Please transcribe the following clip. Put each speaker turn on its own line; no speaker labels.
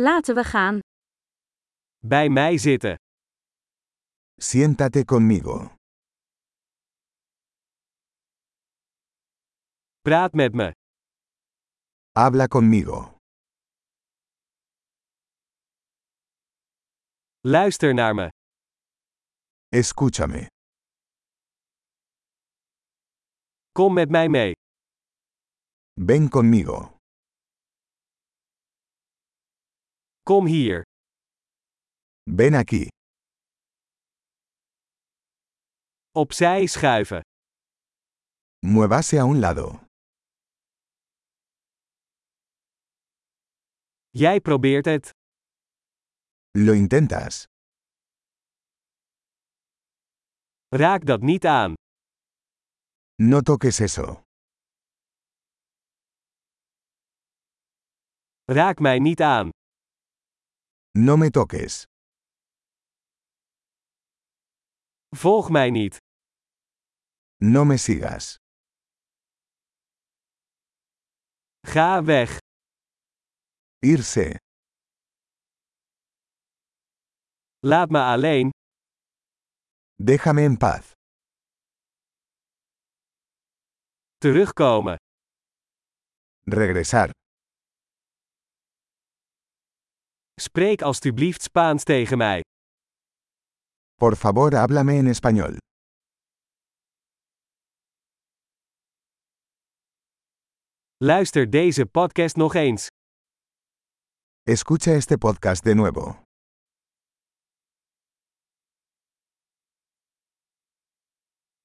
Laten we gaan.
Bij mij zitten.
Siéntate conmigo.
Praat met me.
Habla conmigo.
Luister naar me.
Escúchame.
Kom met mij mee.
Ven conmigo.
Kom hier.
Ven aquí.
Opzij schuiven.
Muévase a un lado.
Jij probeert het.
Lo intentas.
Raak dat niet aan.
No toques eso.
Raak mij niet aan.
No me toques.
Volg mij niet.
No me sigas.
Ga weg.
Irse.
Laat me alleen.
Déjame en paz.
Terugkomen.
Regresar.
Spreek alstublieft Spaans tegen mij.
Por favor, háblame en español.
Luister deze podcast nog eens.
Escucha este podcast de nuevo.